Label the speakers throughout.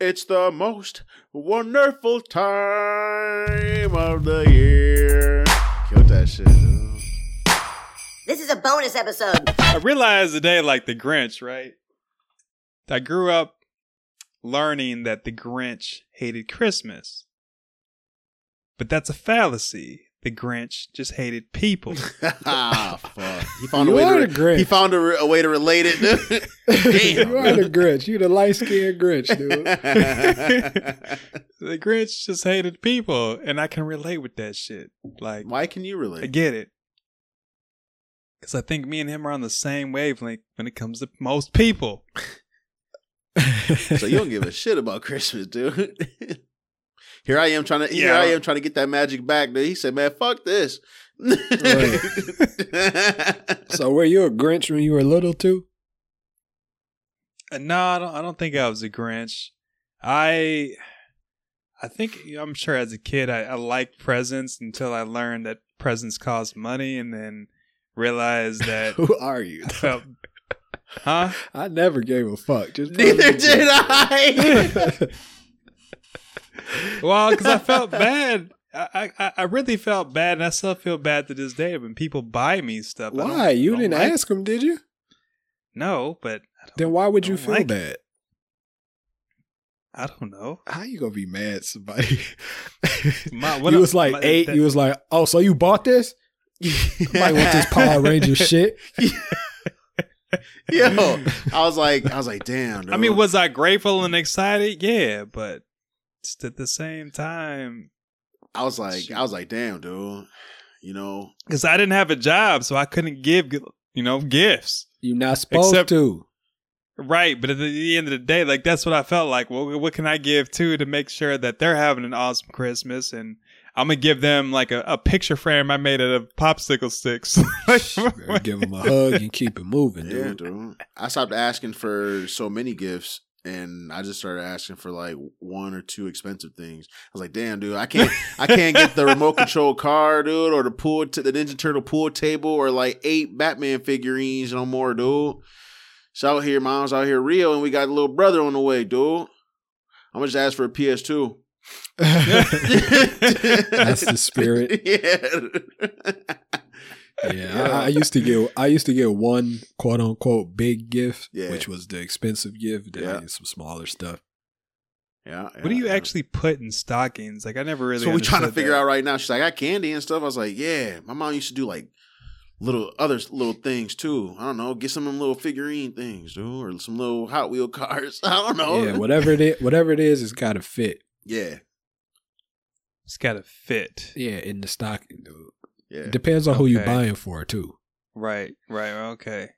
Speaker 1: It's the most wonderful time of the year. Killed that shit. dude.
Speaker 2: This is a bonus episode.
Speaker 3: I realized today, like the Grinch, right? I grew up learning that the Grinch hated Christmas. But that's a fallacy. The Grinch just hated people.
Speaker 1: ah, fuck. He found a
Speaker 4: You
Speaker 1: way
Speaker 4: are
Speaker 1: to.
Speaker 4: the Grinch.
Speaker 1: He found a, re- a way to relate it. dude. Damn.
Speaker 4: you are the Grinch. You the light skinned Grinch, dude.
Speaker 3: the Grinch just hated people, and I can relate with that shit. Like,
Speaker 1: Why can you
Speaker 3: I
Speaker 1: relate?
Speaker 3: get it. Because I think me and him are on the same wavelength when it comes to most people.
Speaker 1: So you don't give a shit about Christmas, dude. here I am trying to. Here
Speaker 3: Yeah.
Speaker 1: I am trying to get that magic back. Dude, he said, "Man, fuck this."
Speaker 4: So were you a Grinch when you were little too?
Speaker 3: Uh, No, I don't. I don't think I was a Grinch. I, I think I'm sure as a kid I, I liked presents until I learned that presents cost money, and then realized that
Speaker 4: Who are you?
Speaker 3: I felt, huh?
Speaker 4: I never gave a fuck. Just
Speaker 1: Neither did I.
Speaker 3: Well, because I felt bad. I, I I really felt bad, and I still feel bad to this day when people buy me stuff. I don't-
Speaker 4: Why? You
Speaker 3: don't
Speaker 4: didn't
Speaker 3: like-
Speaker 4: ask him, did you?
Speaker 3: No, but I don't,
Speaker 4: Then why would you
Speaker 3: Don't
Speaker 4: feel
Speaker 3: like it.
Speaker 4: bad?
Speaker 3: I don't know.
Speaker 4: How you gonna be mad at somebody?
Speaker 3: My- what
Speaker 4: you
Speaker 3: I-
Speaker 4: was like
Speaker 3: my-
Speaker 4: eight.
Speaker 3: that-
Speaker 4: you was like, oh, so you bought this? Might want this Power Ranger shit.
Speaker 1: Yo, I was like, I was like, damn. Dude.
Speaker 3: I mean, was I grateful and excited? Yeah, but just at the same time,
Speaker 1: I was like, I was like, damn, dude. You know,
Speaker 3: because I didn't have a job, so I couldn't give you know gifts.
Speaker 4: You not supposed
Speaker 3: Except-
Speaker 4: to.
Speaker 3: Right, but at the- the end of the day, like that's what I felt like. Well, what can I give to to make sure that they're having an awesome Christmas? And I'm gonna give them like a, a picture frame I made out of popsicle sticks.
Speaker 4: Better give him a hug and keep it moving,
Speaker 1: yeah,
Speaker 4: dude.
Speaker 1: dude. I stopped asking for so many gifts, and I just started asking for like one or two expensive things. I was like, damn, dude, I can't, I can't get the remote control car, dude, or the pool, t- the Ninja Turtle pool table, or like eight Batman figurines no more, dude. It's out here, mom's out here, real, and we got a little brother on the way, dude. I'm gonna just ask for a PS2.
Speaker 4: That's the spirit.
Speaker 1: yeah.
Speaker 4: Yeah, I, I used to get I used to get one quote unquote big gift,
Speaker 1: Yeah.
Speaker 4: which was the expensive gift. Then
Speaker 1: Yeah.
Speaker 4: I get some smaller stuff.
Speaker 1: Yeah.
Speaker 3: what do you
Speaker 1: yeah.
Speaker 3: actually put in stockings? Like I never really.
Speaker 1: So we're trying to
Speaker 3: understood
Speaker 1: figure
Speaker 3: that.
Speaker 1: out right now. She's like, I got candy and stuff. I was like, yeah. My mom used to do like little other little things too. I don't know. Get some of them little figurine things, dude, or some little Hot Wheel cars. I don't know.
Speaker 4: Yeah,
Speaker 1: Yeah.
Speaker 4: whatever it is, whatever it is, it's got to fit.
Speaker 1: Yeah.
Speaker 3: It's gotta fit.
Speaker 4: Yeah, in the stocking, dude.
Speaker 1: Yeah.
Speaker 4: Depends on who you
Speaker 3: Okay.
Speaker 4: buying for too.
Speaker 3: Right. Right. Okay.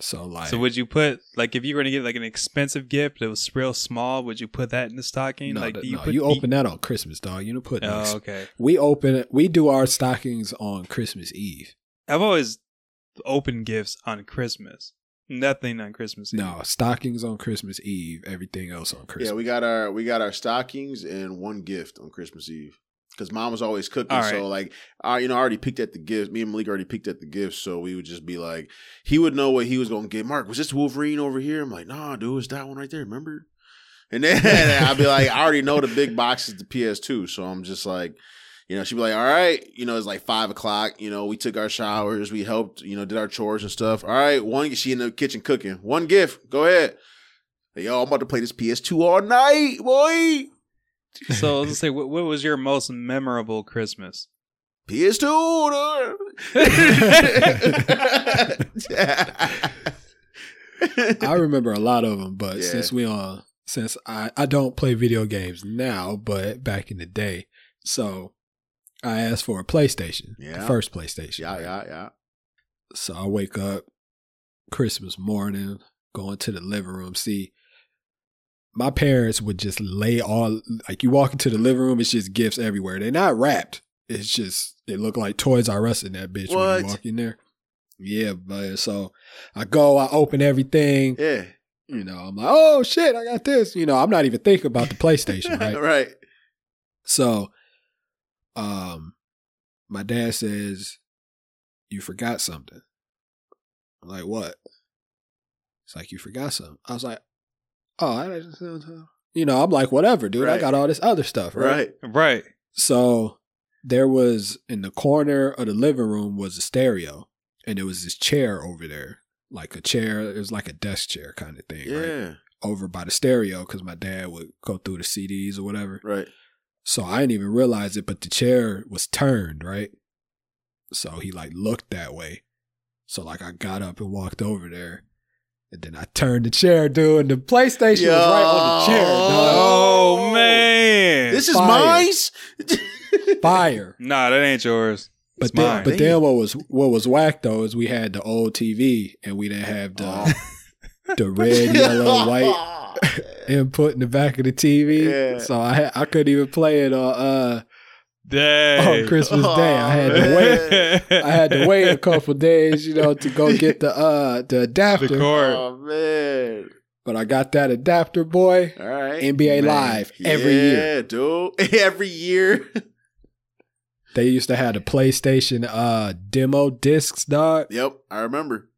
Speaker 4: So like,
Speaker 3: So would you put like if you were gonna get like an expensive gift that was real small? Would you put that in the stocking?
Speaker 4: no,
Speaker 3: like
Speaker 4: th-
Speaker 3: do you
Speaker 4: no,
Speaker 3: put
Speaker 4: you
Speaker 3: do
Speaker 4: open that on Christmas, dog. You don't put. no ex-
Speaker 3: Oh, okay.
Speaker 4: We open we do our stockings on Christmas Eve.
Speaker 3: I've always opened gifts on Christmas. Nothing on Christmas. Eve.
Speaker 4: No stockings on Christmas Eve. Everything else on Christmas.
Speaker 1: Yeah, we got our we got our stockings and one gift on Christmas Eve because mom was always cooking.
Speaker 3: All right.
Speaker 1: So like, I you know I already picked at the gift. Me and Malik already picked at the gift. So we would just be like, he would know what he was gonna get. Mark, was this Wolverine over here? I'm like, nah, dude, it's that one right there. Remember? And then I'd be like, I already know the big box is the PS2. So I'm just like. You know, she'd be like, all right, you know, it's like five o'clock. You know, we took our showers, we helped, you know, did our chores and stuff. All right, one, she in the kitchen cooking. One gift, go ahead. Yo, I'm about to play this PS2 all night, boy.
Speaker 3: So let's say, what, what was your most memorable Christmas?
Speaker 1: PS2. dude.
Speaker 4: I remember a lot of them, but
Speaker 1: Yeah.
Speaker 4: since we on since I I don't play video games now, but back in the day, so I asked for a PlayStation,
Speaker 1: Yeah.
Speaker 4: the first PlayStation.
Speaker 1: yeah,
Speaker 4: right?
Speaker 1: yeah, yeah.
Speaker 4: So I wake up Christmas morning, going to the living room. See, my parents would just lay all like you walk into the living room, it's just gifts everywhere. They're not wrapped. It's just they look like Toys R Us in that bitch when
Speaker 1: What?
Speaker 4: you walk in there. Yeah, but so I go, I open everything.
Speaker 1: Yeah.
Speaker 4: You know, I'm like, oh shit, I got this. You know, I'm not even thinking about the PlayStation, right?
Speaker 1: Right.
Speaker 4: So, um, my dad says, "You forgot something." I'm like, "What?" It's like you forgot something. I was like, "Oh, I, You know, I'm like, whatever, dude. I
Speaker 1: Right.
Speaker 4: got all this other stuff, right?
Speaker 1: Right.
Speaker 3: Right.
Speaker 4: So there was in the corner of the living room was a stereo, and there was this chair over there, like a chair. It was like a desk chair kind of thing, right?
Speaker 1: Yeah.
Speaker 4: Over by the stereo, because my dad would go through the CDs or whatever.
Speaker 1: Right.
Speaker 4: So I didn't even realize it, but the chair was turned, right? So he like looked that way. So like I got up and walked over there. And then I turned the chair, dude, and the PlayStation was right on the chair, dog.
Speaker 3: Oh,
Speaker 1: Oh.
Speaker 3: man.
Speaker 1: This is
Speaker 4: Fire.
Speaker 1: mine's.
Speaker 4: Fire.
Speaker 3: nah, that ain't yours.
Speaker 4: But
Speaker 3: It's
Speaker 4: then
Speaker 3: mine.
Speaker 4: but then what was what was whack though is we had the old TV and we didn't have the
Speaker 3: Oh.
Speaker 4: the red, yellow, white input in the back of the TV.
Speaker 1: Yeah.
Speaker 4: So I had, I couldn't even play it on uh
Speaker 3: Dang.
Speaker 4: on Oh, Christmas Day. I had to
Speaker 1: Aw,
Speaker 4: wait
Speaker 1: wait.
Speaker 4: I had to wait a couple days, you know, to go get the uh the adapter.
Speaker 3: The cord.
Speaker 1: Oh man!
Speaker 4: but I got that adapter, boy.
Speaker 1: All right,
Speaker 4: NBA
Speaker 3: Man.
Speaker 4: Live every year.
Speaker 1: yeah, dude. Every year,
Speaker 4: They used to have the PlayStation uh demo discs, dog.
Speaker 1: yep, I remember.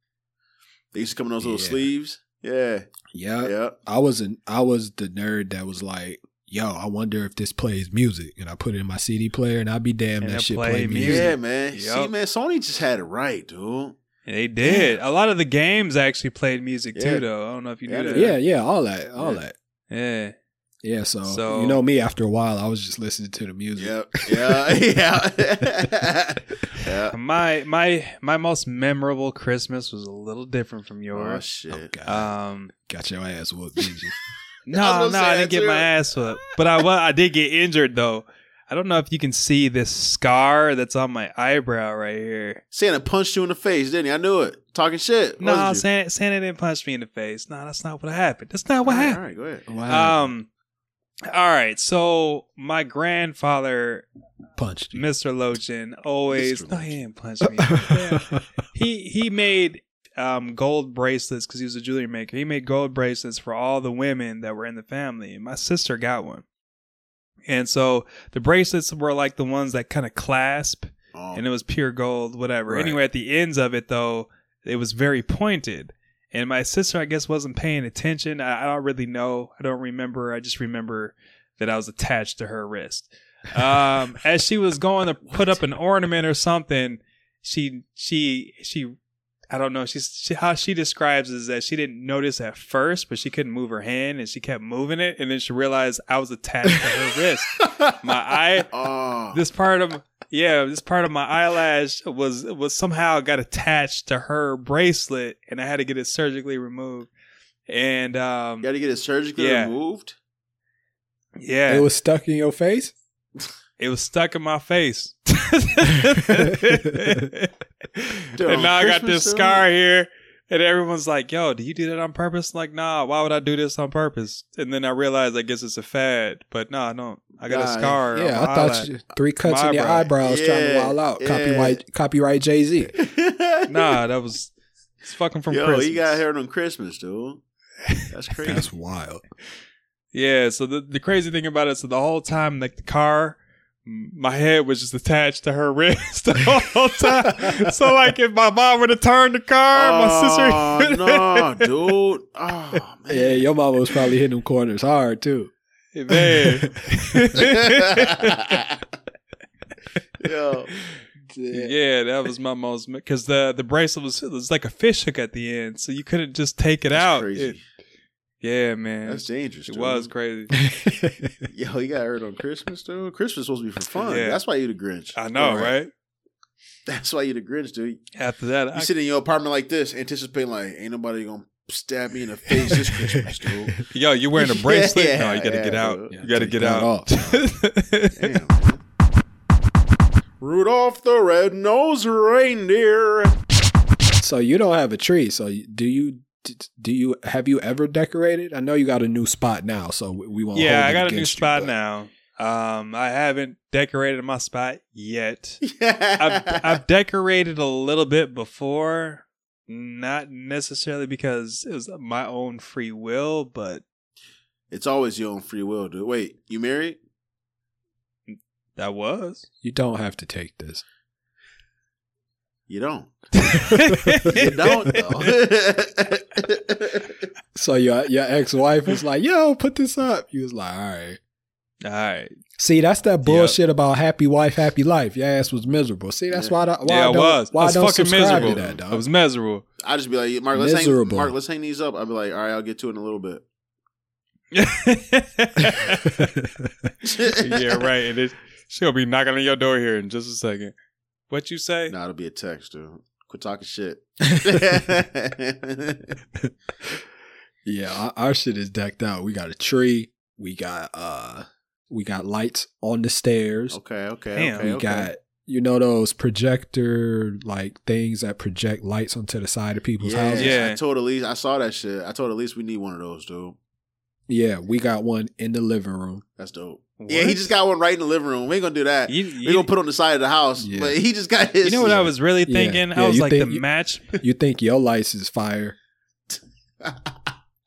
Speaker 1: They used to come in those little
Speaker 4: Yeah. Uh,
Speaker 1: sleeves. Yeah,
Speaker 4: Yeah.
Speaker 1: yep.
Speaker 4: I was an I was the nerd that was like, yo, I wonder if this plays music. And I put it in my CD player and I'd be damned
Speaker 3: And
Speaker 4: that
Speaker 3: it
Speaker 4: shit
Speaker 3: played
Speaker 4: played music.
Speaker 3: music.
Speaker 1: Yeah, man. See,
Speaker 3: Yup.
Speaker 1: man, Sony just had it right, dude.
Speaker 3: They did. A lot of the games actually played music
Speaker 1: Yeah.
Speaker 3: too, though. I don't know if you
Speaker 1: Yeah,
Speaker 3: knew
Speaker 4: Yeah,
Speaker 3: that.
Speaker 4: yeah, all that. All
Speaker 1: Yeah.
Speaker 4: that.
Speaker 3: Yeah.
Speaker 4: Yeah, so,
Speaker 3: So-
Speaker 4: you know me after a while, I was just listening to the music.
Speaker 1: Yep, yeah, yeah, yeah.
Speaker 3: My my my most memorable Christmas was a little different from
Speaker 1: Oh
Speaker 3: yours.
Speaker 1: shit!
Speaker 4: Oh god.
Speaker 3: um,
Speaker 4: got your ass whooped, did you?
Speaker 1: I
Speaker 3: no,
Speaker 1: was gonna
Speaker 3: no,
Speaker 1: say
Speaker 3: I
Speaker 1: that
Speaker 3: didn't get
Speaker 1: too.
Speaker 3: my ass whooped, but I was, I did get injured though. I don't know if you can see this scar that's on my eyebrow right here.
Speaker 1: Santa punched you in the face, didn't he? I knew it. Talking shit.
Speaker 3: No,
Speaker 1: wasn't you?
Speaker 3: Santa, Santa didn't punch me in the face. No, that's not what happened. That's not what
Speaker 1: All right,
Speaker 3: happened.
Speaker 1: All right, go ahead.
Speaker 4: Wow.
Speaker 3: Um, all right. So my grandfather,
Speaker 4: Punched you.
Speaker 3: Mr. Lochin, always
Speaker 1: Mr.
Speaker 3: no, he didn't punch me. Yeah. he he made um gold bracelets because he was a jewelry maker. He made gold bracelets for all the women that were in the family. And my sister got one, and so the bracelets were like the ones that kind of clasp,
Speaker 1: Oh,
Speaker 3: and it was pure gold, whatever.
Speaker 4: Right.
Speaker 3: Anyway, at the ends of it though, it was very pointed. And my sister, I guess, wasn't paying attention. I, I don't really know. I don't remember. I just remember that I was attached to her wrist. Um, as she was going to put up an ornament or something, she she she, I don't know. She's she, how she describes is that she didn't notice at first, but she couldn't move her hand, and she kept moving it, and then she realized I was attached to her wrist. My eye,
Speaker 1: oh,
Speaker 3: this part of yeah, this part of my eyelash was was somehow got attached to her bracelet, and I had to get it surgically removed. And um,
Speaker 1: you got to get it surgically
Speaker 3: Yeah.
Speaker 1: removed.
Speaker 3: yeah,
Speaker 4: It was stuck in your face?
Speaker 3: stuck in my face, and now I got
Speaker 1: Christmas
Speaker 3: this
Speaker 1: though?
Speaker 3: scar here. And everyone's like, "Yo, do you do that on purpose?" like, nah. Why would I do this on purpose? And then I realized, I guess it's a fad. But nah, no, I got
Speaker 1: Nah,
Speaker 3: a scar. on
Speaker 4: Yeah,
Speaker 3: my
Speaker 4: I thought
Speaker 3: eyelash.
Speaker 4: you, three cuts
Speaker 3: My
Speaker 4: in your
Speaker 3: eyebrow.
Speaker 4: eyebrows trying to
Speaker 1: Yeah,
Speaker 4: wild out.
Speaker 1: yeah.
Speaker 4: Copyright copyright Jay Z.
Speaker 3: nah, that was it's fucking from
Speaker 1: Yo,
Speaker 3: Christmas.
Speaker 1: you got hurt on Christmas, dude. That's crazy.
Speaker 4: wild.
Speaker 3: Yeah. So the, the crazy thing about it, so the whole time, like the car, m- my head was just attached to her wrist the whole time. so like, if my mom would have turned the car, my sister,
Speaker 1: Oh, no, dude. Oh man.
Speaker 4: Yeah, your mama was probably hitting them corners hard too.
Speaker 3: man.
Speaker 1: Yo.
Speaker 3: yeah, that was my most because the the bracelet was it was like a fish hook at the end, so you couldn't just take it
Speaker 1: That's
Speaker 3: out.
Speaker 1: crazy.
Speaker 3: It- yeah, man,
Speaker 1: That's dangerous.
Speaker 3: it
Speaker 1: Dude.
Speaker 3: was crazy.
Speaker 1: Yo, you got hurt on Christmas, dude. Christmas supposed to be for fun.
Speaker 3: Yeah.
Speaker 1: That's why you the Grinch.
Speaker 3: I know,
Speaker 4: Right.
Speaker 3: right?
Speaker 1: That's why you the Grinch, dude.
Speaker 3: After that,
Speaker 1: You
Speaker 3: I,
Speaker 1: sit in your apartment like this, anticipating like ain't nobody gonna stab me in the face this Christmas, dude.
Speaker 3: yo, you're wearing a bracelet. no, you gotta
Speaker 1: yeah,
Speaker 3: get out.
Speaker 1: yeah.
Speaker 3: you gotta get
Speaker 4: Cut
Speaker 3: out.
Speaker 4: off.
Speaker 1: Damn. Rudolph the red-nosed reindeer.
Speaker 4: so you don't have a tree. So you- do you? Do you have you ever decorated? I know you got a new spot now, so we we won't.
Speaker 3: yeah,
Speaker 4: hold
Speaker 3: I
Speaker 4: it
Speaker 3: got a new
Speaker 4: against you,
Speaker 3: spot
Speaker 4: but-
Speaker 3: now. Um, I haven't decorated my spot yet. I've, I've decorated a little bit before, not necessarily because it was my own free will, but
Speaker 1: It's always your own free will, dude. Wait, you married?
Speaker 3: that was.
Speaker 4: You don't have to take this.
Speaker 1: You don't.
Speaker 3: you
Speaker 1: You don't though.
Speaker 4: So your your ex wife was like, "Yo, put this up." You was like, "All right."
Speaker 3: All right.
Speaker 4: See, that's that bullshit about happy wife, happy life. Your ass was miserable. See, that's
Speaker 1: Yeah.
Speaker 4: why. I don't- Why
Speaker 3: yeah,
Speaker 4: I
Speaker 3: I
Speaker 4: don't,
Speaker 3: was.
Speaker 4: Why
Speaker 3: I was
Speaker 4: don't
Speaker 3: fucking
Speaker 4: subscribe
Speaker 3: miserable.
Speaker 4: to that, dog?
Speaker 3: I was miserable.
Speaker 1: I just be like, Mark, let's
Speaker 4: Miserable.
Speaker 1: hang, Mark, let's hang these up. I'd be like, all right, I'll get to it in a little bit.
Speaker 3: yeah, right. And it, she'll be knocking on your door here in just a second. What you say?
Speaker 1: Nah, it'll be a text, dude. Quit talking shit.
Speaker 4: Yeah, our, our shit is decked out. We got a tree. We got uh, we got lights on the stairs.
Speaker 1: okay, okay,
Speaker 3: Damn.
Speaker 1: okay.
Speaker 4: we
Speaker 1: okay.
Speaker 4: got you know those projector like things that project lights onto the side of people's
Speaker 1: yeah,
Speaker 4: houses.
Speaker 3: Yeah.
Speaker 1: I told Elise, I saw that shit. I told Elise we need one of those, dude.
Speaker 4: Yeah, we got one in the living room.
Speaker 1: That's dope.
Speaker 3: What?
Speaker 1: Yeah, he just got one right in the living room. We ain't gonna do that.
Speaker 3: You,
Speaker 1: we
Speaker 3: you-
Speaker 1: are gonna put it on the side of the house.
Speaker 4: Yeah.
Speaker 1: But he just got his.
Speaker 3: you know what I was really
Speaker 4: Yeah.
Speaker 3: thinking?
Speaker 4: Yeah,
Speaker 3: I was
Speaker 4: you
Speaker 3: like
Speaker 4: think-
Speaker 3: the
Speaker 4: you-
Speaker 3: match.
Speaker 4: You think your lights is fire?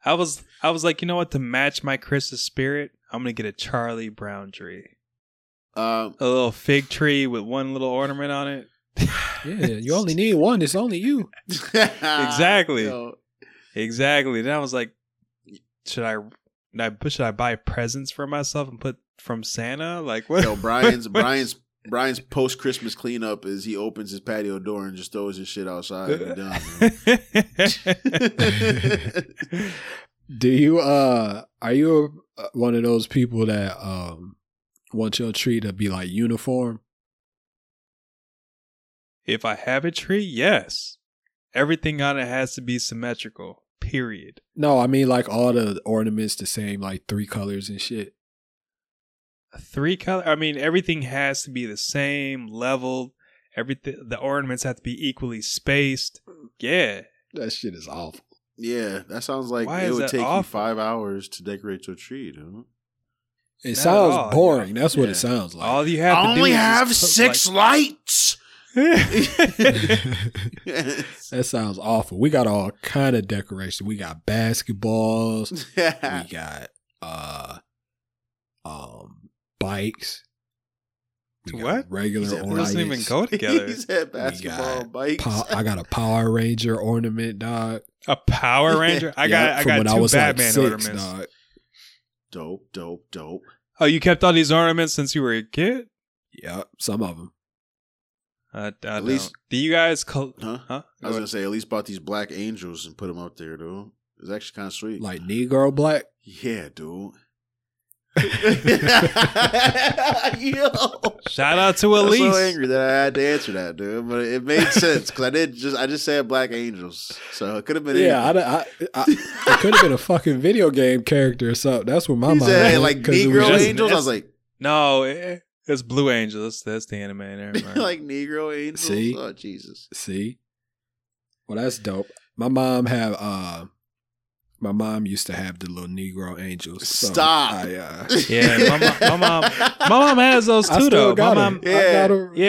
Speaker 3: I was I was like, you know what? To match my Christmas spirit, I'm gonna get a Charlie Brown tree,
Speaker 1: Um,
Speaker 3: a little fig tree with one little ornament on it.
Speaker 4: Yeah, you only need one. It's only you.
Speaker 3: Exactly.
Speaker 1: Yo,
Speaker 3: Exactly. Then I was like, should I? should I- Should I buy presents for myself and put from Santa? Like what?
Speaker 1: yo, Brian's Brian's Brian's post Christmas cleanup is he opens his patio door and just throws his shit outside. and be done, man.
Speaker 4: Do you uh are you uh, one of those people that um want your tree to be like uniform?
Speaker 3: if I have a tree, yes, everything on it has to be symmetrical. Period.
Speaker 4: No, I mean like all the ornaments the same, like three colors and shit.
Speaker 3: Three color. I mean, everything has to be the same level. Everything. The ornaments have to be equally spaced. Yeah.
Speaker 4: That shit is awful.
Speaker 1: yeah, that sounds like
Speaker 3: Why
Speaker 1: it
Speaker 3: is
Speaker 1: would
Speaker 3: that
Speaker 1: take you
Speaker 3: awful?
Speaker 1: five hours to decorate your tree, dude.
Speaker 4: It
Speaker 3: Not at
Speaker 4: sounds
Speaker 3: all,
Speaker 4: boring. That's what
Speaker 1: Yeah.
Speaker 4: it sounds like.
Speaker 3: All you have. to do is just put,
Speaker 1: lights.
Speaker 3: Like,
Speaker 4: that sounds awful. We got all kind of decoration. We got basketballs. we got uh um bikes.
Speaker 3: What?
Speaker 1: He
Speaker 4: Regular
Speaker 1: said,
Speaker 3: it doesn't even
Speaker 4: ornaments.
Speaker 3: go together.
Speaker 1: He's had basketball
Speaker 4: got
Speaker 1: bikes.
Speaker 4: Pow- I got a Power Ranger ornament, dog.
Speaker 3: A Power Ranger. I got.
Speaker 4: Yep,
Speaker 3: I
Speaker 4: from
Speaker 3: got
Speaker 4: when
Speaker 3: two Batman
Speaker 4: six,
Speaker 3: ornaments.
Speaker 4: dog.
Speaker 1: dope, dope, dope.
Speaker 3: Oh, you kept all these ornaments since you were a kid.
Speaker 4: Yep, some of them.
Speaker 3: I, I
Speaker 1: At
Speaker 3: don't.
Speaker 1: least-
Speaker 3: do you guys? Col-
Speaker 1: Huh?
Speaker 3: huh?
Speaker 1: I was gonna say, at least bought these black angels and put them up there, dude. It's actually kind of sweet.
Speaker 4: Like Negro Black.
Speaker 1: yeah, dude. Yo,
Speaker 3: Shout out to
Speaker 1: I'm
Speaker 3: Elise.
Speaker 1: so angry that I had to answer that, dude. But it made sense because I did just I just said black angels, so it could have been
Speaker 4: yeah, I,
Speaker 1: anything.
Speaker 4: don't- I, I, it could have been a fucking video game character or something. That's what my
Speaker 1: He
Speaker 4: mind
Speaker 1: said
Speaker 4: went,
Speaker 1: like
Speaker 4: 'cause it was
Speaker 1: Negro
Speaker 4: just-
Speaker 1: angels. I was like,
Speaker 3: No, it, it's Blue Angel. That's, that's the anime. Never mind.
Speaker 1: like Negro angels.
Speaker 4: See?
Speaker 1: Oh Jesus.
Speaker 4: See, well, that's dope. My mom have uh, my mom used to have the little Negro angels. So
Speaker 1: Stop.
Speaker 4: I, uh,
Speaker 3: Yeah, my mo- my mom- my mom has those
Speaker 4: I
Speaker 3: too,
Speaker 4: still
Speaker 3: though. My
Speaker 4: got
Speaker 3: mom,
Speaker 4: them. I got
Speaker 1: Yeah.
Speaker 4: 'em
Speaker 3: yeah,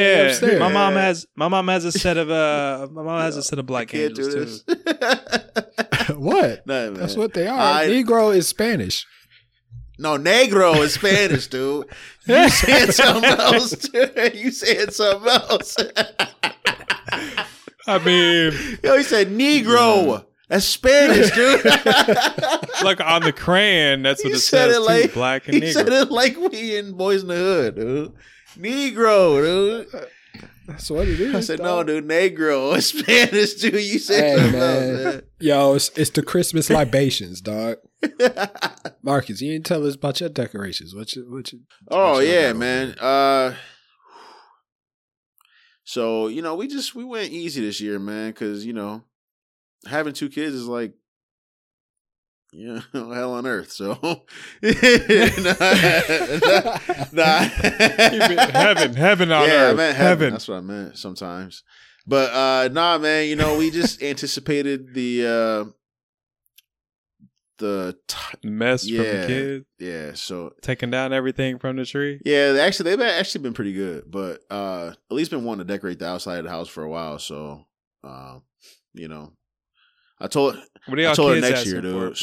Speaker 4: upstairs.
Speaker 3: my mom
Speaker 1: Yeah.
Speaker 3: has my mom has a set of uh, my mom has a set
Speaker 1: I
Speaker 3: of Black
Speaker 1: can't do
Speaker 3: Angels too.
Speaker 1: this. no,
Speaker 4: what?
Speaker 1: man.
Speaker 4: That's what they are.
Speaker 1: I-
Speaker 4: Negro is Spanish.
Speaker 1: No, negro is Spanish, dude. You said something else. Dude. You said something else.
Speaker 3: I mean,
Speaker 1: Yo, he said negro. That's Spanish, dude.
Speaker 3: like on the crayon, that's what
Speaker 1: He
Speaker 3: it
Speaker 1: said
Speaker 3: says
Speaker 1: it
Speaker 3: too.
Speaker 1: like-
Speaker 3: black and
Speaker 1: he said
Speaker 3: Negro.
Speaker 1: it like we in Boys in the Hood, dude. Negro, dude.
Speaker 4: That's what it is.
Speaker 1: I said, no,
Speaker 4: dog.
Speaker 1: dude, negro is Spanish, dude. You said
Speaker 4: Hey,
Speaker 1: something
Speaker 4: man.
Speaker 1: else,
Speaker 4: Yo, it's, it's the Christmas libations, dog.
Speaker 1: man.
Speaker 4: Marcus, you didn't tell us about your decorations. What you, what you,
Speaker 1: Oh
Speaker 4: What y'all
Speaker 1: yeah,
Speaker 4: got
Speaker 1: man. Uh so, you know, we just we went easy this year, man, because you know, having two kids is like you know, hell on earth. So nah, nah.
Speaker 3: heaven, heaven on
Speaker 1: yeah, I
Speaker 3: earth,
Speaker 1: meant heaven.
Speaker 3: heaven.
Speaker 1: That's what I meant sometimes. But uh nah man, you know, we just anticipated the uh the t-
Speaker 3: Mess from
Speaker 1: Yeah.
Speaker 3: the kid
Speaker 1: yeah, so
Speaker 3: taking down everything from the tree.
Speaker 1: yeah, they actually they've actually been pretty good, but uh at least been wanting to decorate the outside of the house for a while, so um, you know. I told
Speaker 3: What do
Speaker 1: I
Speaker 3: y'all
Speaker 1: told her
Speaker 3: kids
Speaker 1: next year,
Speaker 3: asking
Speaker 1: dude.
Speaker 3: for?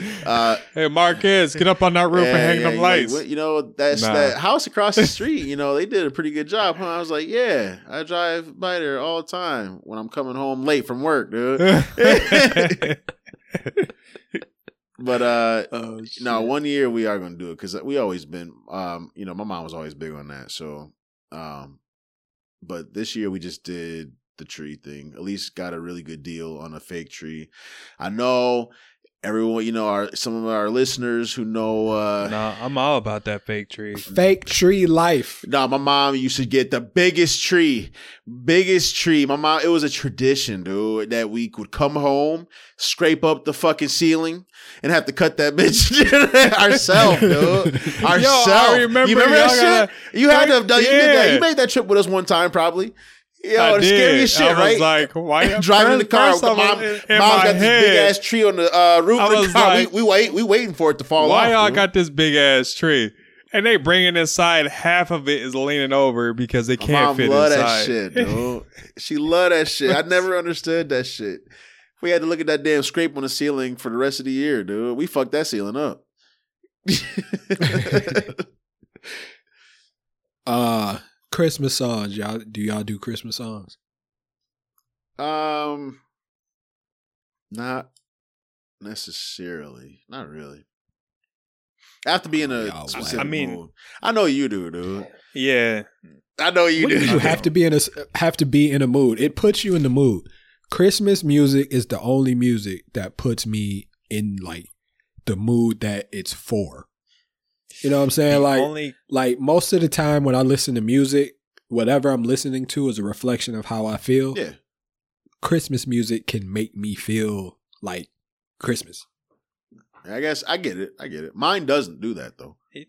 Speaker 1: So, uh,
Speaker 3: Hey, Marquez, get up on that roof and
Speaker 1: yeah,
Speaker 3: hang
Speaker 1: yeah,
Speaker 3: them
Speaker 1: you're like,
Speaker 3: lights.
Speaker 1: "What- you know, that's
Speaker 3: Nah.
Speaker 1: that house across the street. You know, they did a pretty good job, huh? I was like, yeah, I drive by there all the time when I'm coming home late from work, dude. But uh,
Speaker 3: oh,
Speaker 1: no,
Speaker 3: shit.
Speaker 1: one year we are gonna do it because we always been, um, you know, my mom was always big on that. So, um, but this year we just did the tree thing. At least got a really good deal on a fake tree. I know everyone, you know, our some of our listeners who know. uh
Speaker 3: Nah, I'm all about that fake tree.
Speaker 4: Fake tree life.
Speaker 1: No, my mom used to get the biggest tree, biggest tree. My mom, it was a tradition, dude, that we would come home, scrape up the fucking ceiling, and have to cut that bitch ourselves, dude. Ourselves.
Speaker 3: remember
Speaker 1: you remember that
Speaker 3: y'all
Speaker 1: shit? you had to have done. You did that.
Speaker 3: Yeah.
Speaker 1: You made that trip with us one time, probably. Yo,
Speaker 3: I
Speaker 1: the
Speaker 3: did.
Speaker 1: scariest shit,
Speaker 3: I was
Speaker 1: right?
Speaker 3: like, why
Speaker 1: Driving in the car,
Speaker 3: First
Speaker 1: with
Speaker 3: of all,
Speaker 1: mom,
Speaker 3: in-
Speaker 1: mom's
Speaker 3: in
Speaker 1: got
Speaker 3: my
Speaker 1: this big
Speaker 3: head,
Speaker 1: ass tree on the uh, roof
Speaker 3: I
Speaker 1: of the
Speaker 3: was
Speaker 1: car.
Speaker 3: like,
Speaker 1: we, we wait, we waiting for it to fall off.
Speaker 3: Why y'all
Speaker 1: dude.
Speaker 3: got this big ass tree? And they bring it inside. Half of it is leaning over because they
Speaker 1: My
Speaker 3: can't
Speaker 1: mom
Speaker 3: fit
Speaker 1: love
Speaker 3: inside.
Speaker 1: that shit, dude. she loved that shit. I never understood that shit. We had to look at that damn scrape on the ceiling for the rest of the year, dude. We fucked that ceiling up.
Speaker 4: Uh Christmas songs. Y'all do y'all do Christmas songs?
Speaker 1: um, not necessarily, not really. I have to be in a
Speaker 4: Y'all
Speaker 1: specific
Speaker 3: Oh, whack. I mean-
Speaker 1: mood. I know you do, dude.
Speaker 3: Yeah.
Speaker 1: I know you
Speaker 4: What
Speaker 1: do.
Speaker 4: do you have to be in a have to be in a mood? It puts you in the mood. Christmas music is the only music that puts me in like the mood that it's for. You know what I'm saying?
Speaker 3: The
Speaker 4: Like
Speaker 3: only
Speaker 4: like most of the time when I listen to music, whatever I'm listening to is a reflection of how I feel.
Speaker 1: Yeah.
Speaker 4: Christmas music can make me feel like Christmas.
Speaker 1: I guess I get it. I get it. Mine doesn't do that though.
Speaker 3: It-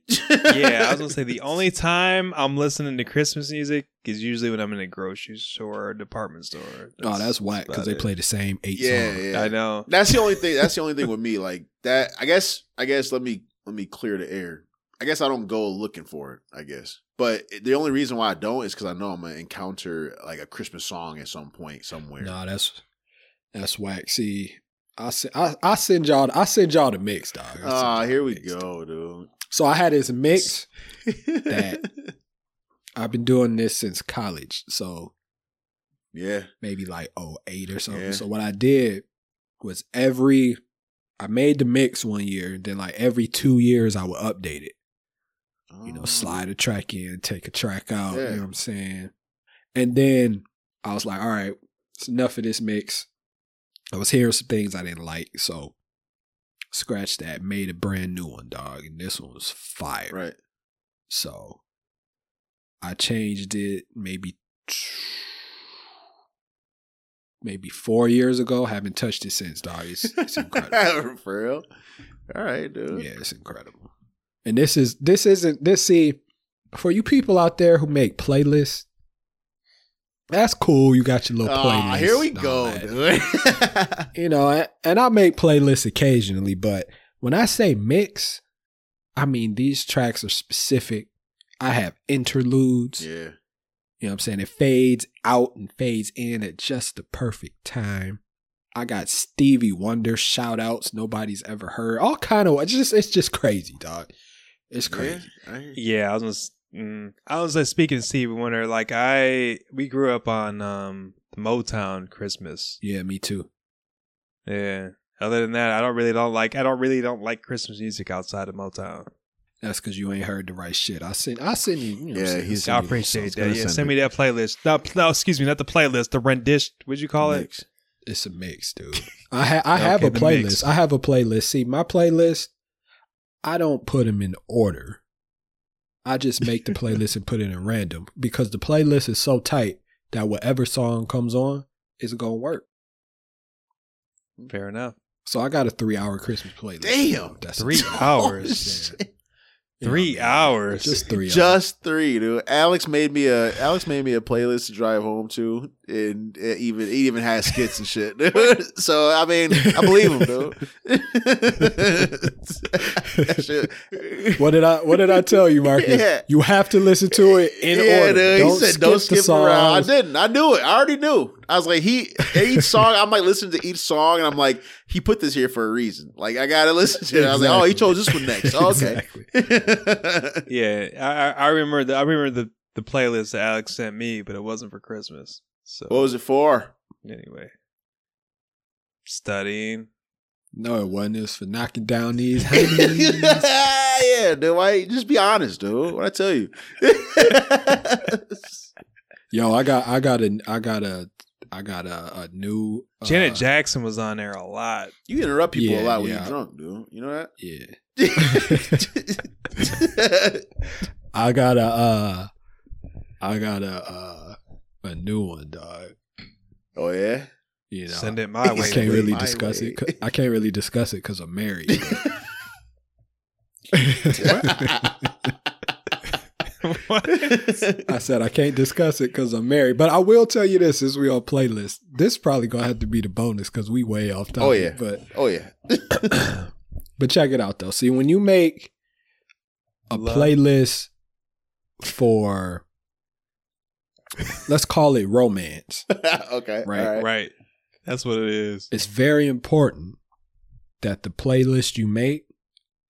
Speaker 3: yeah, I was gonna say the only time I'm listening to Christmas music is usually when I'm in a grocery store or department store.
Speaker 4: oh, that's whack
Speaker 3: about
Speaker 4: because they
Speaker 3: it.
Speaker 4: play the same eight
Speaker 1: yeah,
Speaker 4: songs.
Speaker 1: yeah.
Speaker 3: I know.
Speaker 1: That's the only thing. That's the only thing with me. Like that. I guess. I guess. Let me. Let me clear the air. I guess I don't go looking for it. I guess. But the only reason why I don't is because I know I'm gonna encounter like a Christmas song at some point somewhere.
Speaker 4: Nah, that's that's whack. See, I, se- I I send y'all I send y'all the mix, dog. I send
Speaker 1: Ah,
Speaker 4: y'all
Speaker 1: here
Speaker 4: the
Speaker 1: we
Speaker 4: mix.
Speaker 1: go, dude.
Speaker 4: So I had this mix.
Speaker 1: That.
Speaker 4: I've been doing this since college, so
Speaker 1: Yeah.
Speaker 4: maybe like oh eight or something.
Speaker 1: Yeah.
Speaker 4: So what I did was every I made the mix one year, and then like every two years I would update it. You know,
Speaker 1: Oh.
Speaker 4: slide a track in, take a track out. You
Speaker 1: Yeah.
Speaker 4: know what I'm saying? And then I was like, all right, it's enough of this mix. I was hearing some things I didn't like, so scratched that, made a brand new one, dog. And this one was fire.
Speaker 1: Right.
Speaker 4: So I changed it maybe maybe four years ago. Haven't touched it since, dog. It's, it's incredible.
Speaker 1: for real. All right, dude.
Speaker 4: yeah, it's incredible. And this is this isn't this see for you people out there who make playlists. That's cool. You got your little playlist.
Speaker 1: Ah, here we
Speaker 4: and all
Speaker 1: go,
Speaker 4: that.
Speaker 1: dude.
Speaker 4: You know, and- and I make playlists occasionally, but when I say mix, I mean these tracks are specific. I have interludes.
Speaker 1: yeah.
Speaker 4: You know what I'm saying? It fades out and fades in at just the perfect time. I got Stevie Wonder shout outs nobody's ever heard. All kind of it's just it's just crazy, dog. It's
Speaker 1: Yeah.
Speaker 4: crazy.
Speaker 1: I hear you.
Speaker 3: Yeah, I was gonna. s- Mm, I was like speaking to Steve Wonder. Like I, we grew up on um Motown Christmas.
Speaker 4: Yeah, me too.
Speaker 3: Yeah. Other than that, I don't really don't like. I don't really don't like Christmas music outside of Motown.
Speaker 4: That's cause you ain't heard the right shit. I send I send you, you know what I'm
Speaker 1: Yeah,
Speaker 4: saying?
Speaker 1: he's-
Speaker 4: send
Speaker 3: I
Speaker 4: you those
Speaker 3: appreciate
Speaker 4: songs.
Speaker 3: that.
Speaker 1: gonna
Speaker 3: Yeah,
Speaker 1: send
Speaker 3: send
Speaker 1: it.
Speaker 3: me that playlist. No, no, excuse me, not the playlist. The rendition. What'd you call it?
Speaker 1: Mix.
Speaker 4: It's a mix, dude. I ha- I have
Speaker 3: Okay,
Speaker 4: a
Speaker 3: the mix.
Speaker 4: playlist. I have a playlist. See, my playlist, I don't put them in order. I just make the playlist and put it in random because the playlist is so tight that whatever song comes on is gonna work.
Speaker 3: Fair enough.
Speaker 4: So I got a three-hour Christmas playlist.
Speaker 1: Damn.
Speaker 4: that's
Speaker 3: Three hours.
Speaker 1: Shit.
Speaker 4: You know
Speaker 3: Three
Speaker 4: what I mean?
Speaker 3: hours.
Speaker 4: Just three. hours.
Speaker 1: Just three, dude. Alex made me a Alex made me a playlist to drive home to, and it even it even has skits and shit. Dude. So I mean, I believe him, dude. That shit.
Speaker 4: What did I What did I tell you, Marcus?
Speaker 1: Yeah.
Speaker 4: You have to listen to it in order.
Speaker 1: dude,
Speaker 4: don't
Speaker 1: he said
Speaker 4: skip
Speaker 1: don't
Speaker 4: the
Speaker 1: skip
Speaker 4: songs.
Speaker 1: around. I didn't. I knew it. I already knew. I was like, he each song. I might listen to each song, and I'm like, he put this here for a reason. Like I gotta listen to it. I was like, oh, he chose this one next. Oh, okay.
Speaker 4: Exactly.
Speaker 3: Yeah, I, I- I remember the I remember the the playlist that Alex sent me, but it wasn't for Christmas. So
Speaker 1: what was it for?
Speaker 3: anyway, studying.
Speaker 4: No, it wasn't. It was for knocking down these. honeys.
Speaker 1: yeah, dude. Why? Just be honest, dude. What I tell you.
Speaker 4: Yo, I got, I got a, I got a, I got a, a new uh,
Speaker 3: Janet Jackson was on there a lot.
Speaker 1: you interrupt people
Speaker 4: Yeah,
Speaker 1: a lot when
Speaker 4: yeah.
Speaker 1: you're drunk, dude. You know
Speaker 4: Yeah,
Speaker 1: that.
Speaker 4: I got a, uh, I got a, uh, a new one, dog.
Speaker 1: oh yeah.
Speaker 4: You know,
Speaker 3: Send it my
Speaker 4: I
Speaker 3: way.
Speaker 4: can't really
Speaker 1: My
Speaker 4: discuss
Speaker 1: way.
Speaker 4: it. 'cause- I can't really discuss it because I'm married. I said I can't discuss it because I'm married, but I will tell you this: since we on playlist, this probably gonna have to be the bonus because we way off topic.
Speaker 1: Oh, yeah.
Speaker 4: but
Speaker 1: oh yeah.
Speaker 4: but check it out though. See, when you make a
Speaker 3: Love.
Speaker 4: playlist for, let's call it romance,
Speaker 1: okay.
Speaker 4: Right,
Speaker 1: all
Speaker 3: right. That's what it is.
Speaker 4: it's very important that the playlist you make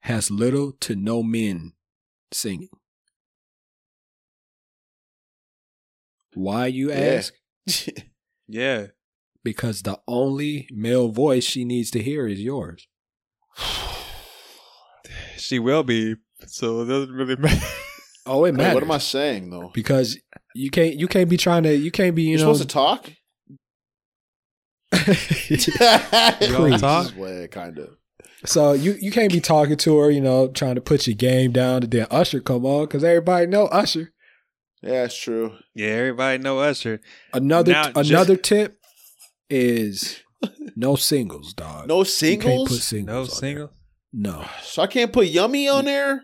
Speaker 4: has little to no men singing. Why you
Speaker 1: Yeah.
Speaker 4: ask?
Speaker 3: Yeah.
Speaker 4: Because the only male voice she needs to hear is yours.
Speaker 3: She will be. So it doesn't really matter.
Speaker 4: Oh, it
Speaker 1: Hey,
Speaker 4: matters.
Speaker 1: what am I saying though?
Speaker 4: Because you can't you can't be trying to you can't be you
Speaker 1: You are
Speaker 4: know
Speaker 1: supposed to talk.
Speaker 3: all talk?
Speaker 1: kind of.
Speaker 4: so you you can't be talking to her you know trying to put your game down and then Usher come on because everybody know Usher.
Speaker 1: Yeah, it's true.
Speaker 3: Yeah, everybody know Usher.
Speaker 4: Another
Speaker 3: Now, just-
Speaker 4: another tip is no singles, dog.
Speaker 1: No
Speaker 4: You can't
Speaker 1: singles,
Speaker 4: put
Speaker 3: No
Speaker 4: singles. on there.
Speaker 3: single.
Speaker 4: No,
Speaker 1: so I can't put yummy on there.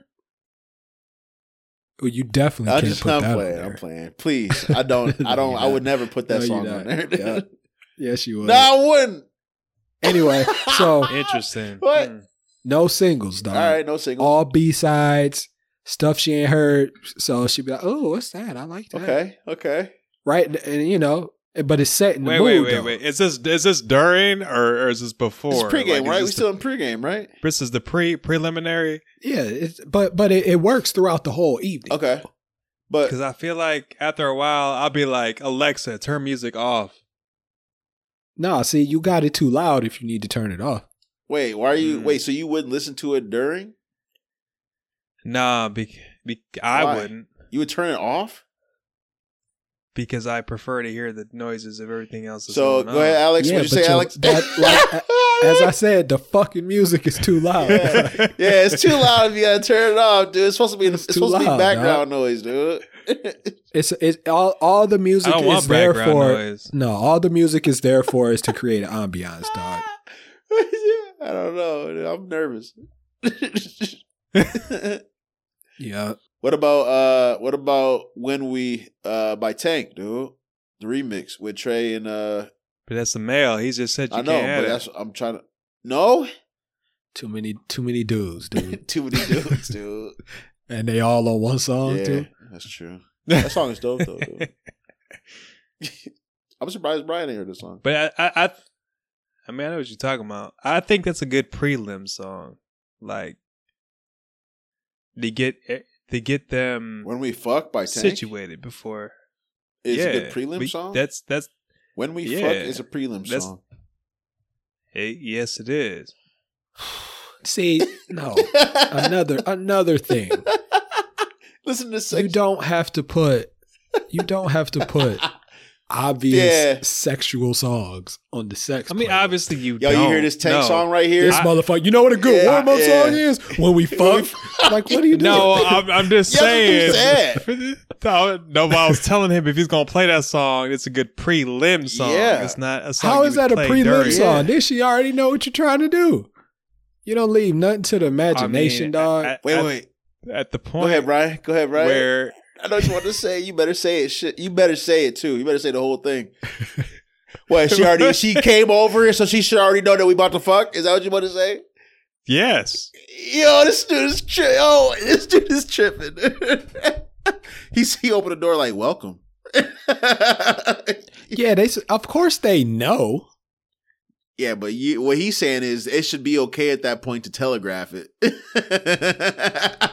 Speaker 4: Well, you definitely
Speaker 1: I'm
Speaker 4: can't
Speaker 1: just
Speaker 4: put
Speaker 1: I'm
Speaker 4: that on
Speaker 1: playing.
Speaker 4: there.
Speaker 1: I'm playing. Please, I don't. I don't.
Speaker 4: No,
Speaker 1: I would never put that
Speaker 4: No,
Speaker 1: song
Speaker 4: you're
Speaker 1: on there.
Speaker 4: not. Yeah. Yes, you would.
Speaker 1: no, I wouldn't.
Speaker 4: Anyway, so
Speaker 3: Interesting.
Speaker 1: What?
Speaker 3: Mm.
Speaker 4: no singles,
Speaker 1: All
Speaker 4: dog.
Speaker 1: right, no singles.
Speaker 4: um, All B sides, stuff she ain't heard. So she'd be like, "Oh, what's that? I like that."
Speaker 1: okay, okay.
Speaker 4: right? And, and, you know, but it's set in the
Speaker 3: Wait,
Speaker 4: mood.
Speaker 3: wait, wait,
Speaker 4: though.
Speaker 3: wait. Is this is this during or, or is this before?
Speaker 1: It's pregame,
Speaker 3: Like, is
Speaker 1: right? We
Speaker 3: this the-
Speaker 1: still in pregame, right?
Speaker 3: This is the pre preliminary
Speaker 4: Yeah, it's, but but it, it works throughout the whole evening.
Speaker 1: Okay, but
Speaker 3: because I feel like after a while I'll be like Alexa, turn music off.
Speaker 4: No, see, you got it too loud if you need to turn it off.
Speaker 1: wait, why are you?
Speaker 3: Mm.
Speaker 1: Wait, so you wouldn't listen to it during?
Speaker 3: Nah, be, be, I
Speaker 1: Why?
Speaker 3: wouldn't
Speaker 1: You would turn it off.
Speaker 3: because I prefer to hear the noises of everything else. that's
Speaker 1: So
Speaker 3: going
Speaker 1: go
Speaker 3: on.
Speaker 1: ahead, Alex.
Speaker 4: Yeah,
Speaker 1: What'd
Speaker 4: but
Speaker 1: you say,
Speaker 4: your-
Speaker 1: Alex?
Speaker 4: that- like, As I said, the fucking music is too loud.
Speaker 1: yeah. yeah, it's too loud. If you gotta turn it off, dude. It's supposed to be. It's,
Speaker 4: It's too
Speaker 1: supposed to be
Speaker 4: loud,
Speaker 1: background noise, dude.
Speaker 4: It's it's all all the
Speaker 3: I
Speaker 4: music
Speaker 3: don't
Speaker 4: is
Speaker 3: want
Speaker 4: there
Speaker 3: background
Speaker 4: for
Speaker 3: noise.
Speaker 4: no. All the music is there for is to create an ambiance, dog.
Speaker 1: I don't know. dude. I'm nervous.
Speaker 4: Yeah,
Speaker 1: what about uh? What about when we uh by Tank, dude? The remix with Trey and uh.
Speaker 3: But that's the male. He just said you
Speaker 1: I know,
Speaker 3: can't.
Speaker 1: but
Speaker 3: have it.
Speaker 1: that's I'm trying to. No,
Speaker 4: too many too many dudes, dude,
Speaker 1: too many dudes, dude.
Speaker 4: and they all on one
Speaker 3: Oh,
Speaker 4: song
Speaker 1: yeah,
Speaker 4: too.
Speaker 1: that's true. That song is dope though. Dude. I'm surprised Brian ain't heard this song.
Speaker 3: But I, I, I, I mean, I know what you're talking about. I think that's a good prelim song. Like to get eh, to get them
Speaker 1: When we fuck by Tank
Speaker 3: situated before.
Speaker 1: is
Speaker 3: yeah,
Speaker 1: a good prelim
Speaker 3: we-
Speaker 1: song.
Speaker 3: That's that's
Speaker 1: when we
Speaker 3: yeah,
Speaker 1: fuck is a prelim
Speaker 3: that's-
Speaker 1: song.
Speaker 3: eh, yes, it is.
Speaker 4: See, no, another another thing.
Speaker 1: Listen to
Speaker 4: you
Speaker 1: sex.
Speaker 4: don't have to put you don't have to put obvious
Speaker 1: Yeah.
Speaker 4: sexual songs on the sex.
Speaker 3: I mean,
Speaker 4: playlist.
Speaker 3: obviously you.
Speaker 1: Yo,
Speaker 3: don't.
Speaker 1: you hear this Tank
Speaker 3: no.
Speaker 1: song right here?
Speaker 4: this motherfucker. You know what a good
Speaker 1: Yeah,
Speaker 4: warm up
Speaker 1: yeah.
Speaker 4: song is when we fuck. like, what are you doing?
Speaker 3: No, I'm, I'm just
Speaker 1: Yes,
Speaker 3: saying.
Speaker 1: that's
Speaker 3: no, no, but I was telling him if he's gonna play that song, it's a good prelim song.
Speaker 1: Yeah.
Speaker 3: It's not a song.
Speaker 4: How
Speaker 3: uh, you
Speaker 4: is
Speaker 3: would
Speaker 4: that a
Speaker 3: play
Speaker 4: prelim
Speaker 3: during.
Speaker 4: song? Then she already know what you're trying to do. You don't leave nothing to the
Speaker 3: I mean,
Speaker 4: imagination, dog.
Speaker 3: at-
Speaker 1: wait,
Speaker 3: at-
Speaker 1: wait.
Speaker 3: At the point
Speaker 1: Go ahead, Brian. Go ahead, Brian.
Speaker 3: where
Speaker 1: I know what you want to say. You better say it. Shit, you better say it too. You better say the whole thing. What she already she came over, so she should already know that we about to fuck. Is that what you want to say?
Speaker 3: Yes.
Speaker 1: Yo, this dude is tri- yo, this dude is tripping. He's he opened the door like welcome.
Speaker 4: Yeah, they s- of course they know.
Speaker 1: yeah, but you, what he's saying is it should be okay at that point to telegraph it.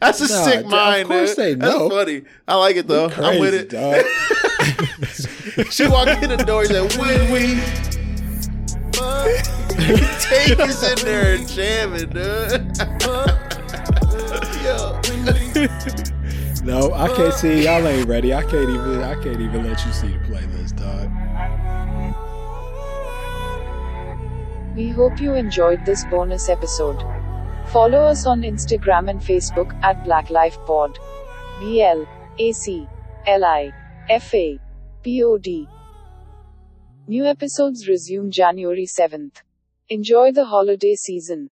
Speaker 1: That's a
Speaker 4: Nah,
Speaker 1: sick
Speaker 4: of
Speaker 1: mind.
Speaker 4: course
Speaker 1: dude.
Speaker 4: they know.
Speaker 1: That's funny. I like it though. I'm with it.
Speaker 4: dog.
Speaker 1: she walked in the door and said, When we take us in there and jamming, dude. Yo.
Speaker 4: No, I can't see. Y'all ain't ready. I can't even. I can't even let you see the playlist, dog.
Speaker 5: We hope you enjoyed this bonus episode. Follow us on Instagram and Facebook at Black Life Pod. B L A C L I F A P O D. New episodes resume January 7th. Enjoy the holiday season.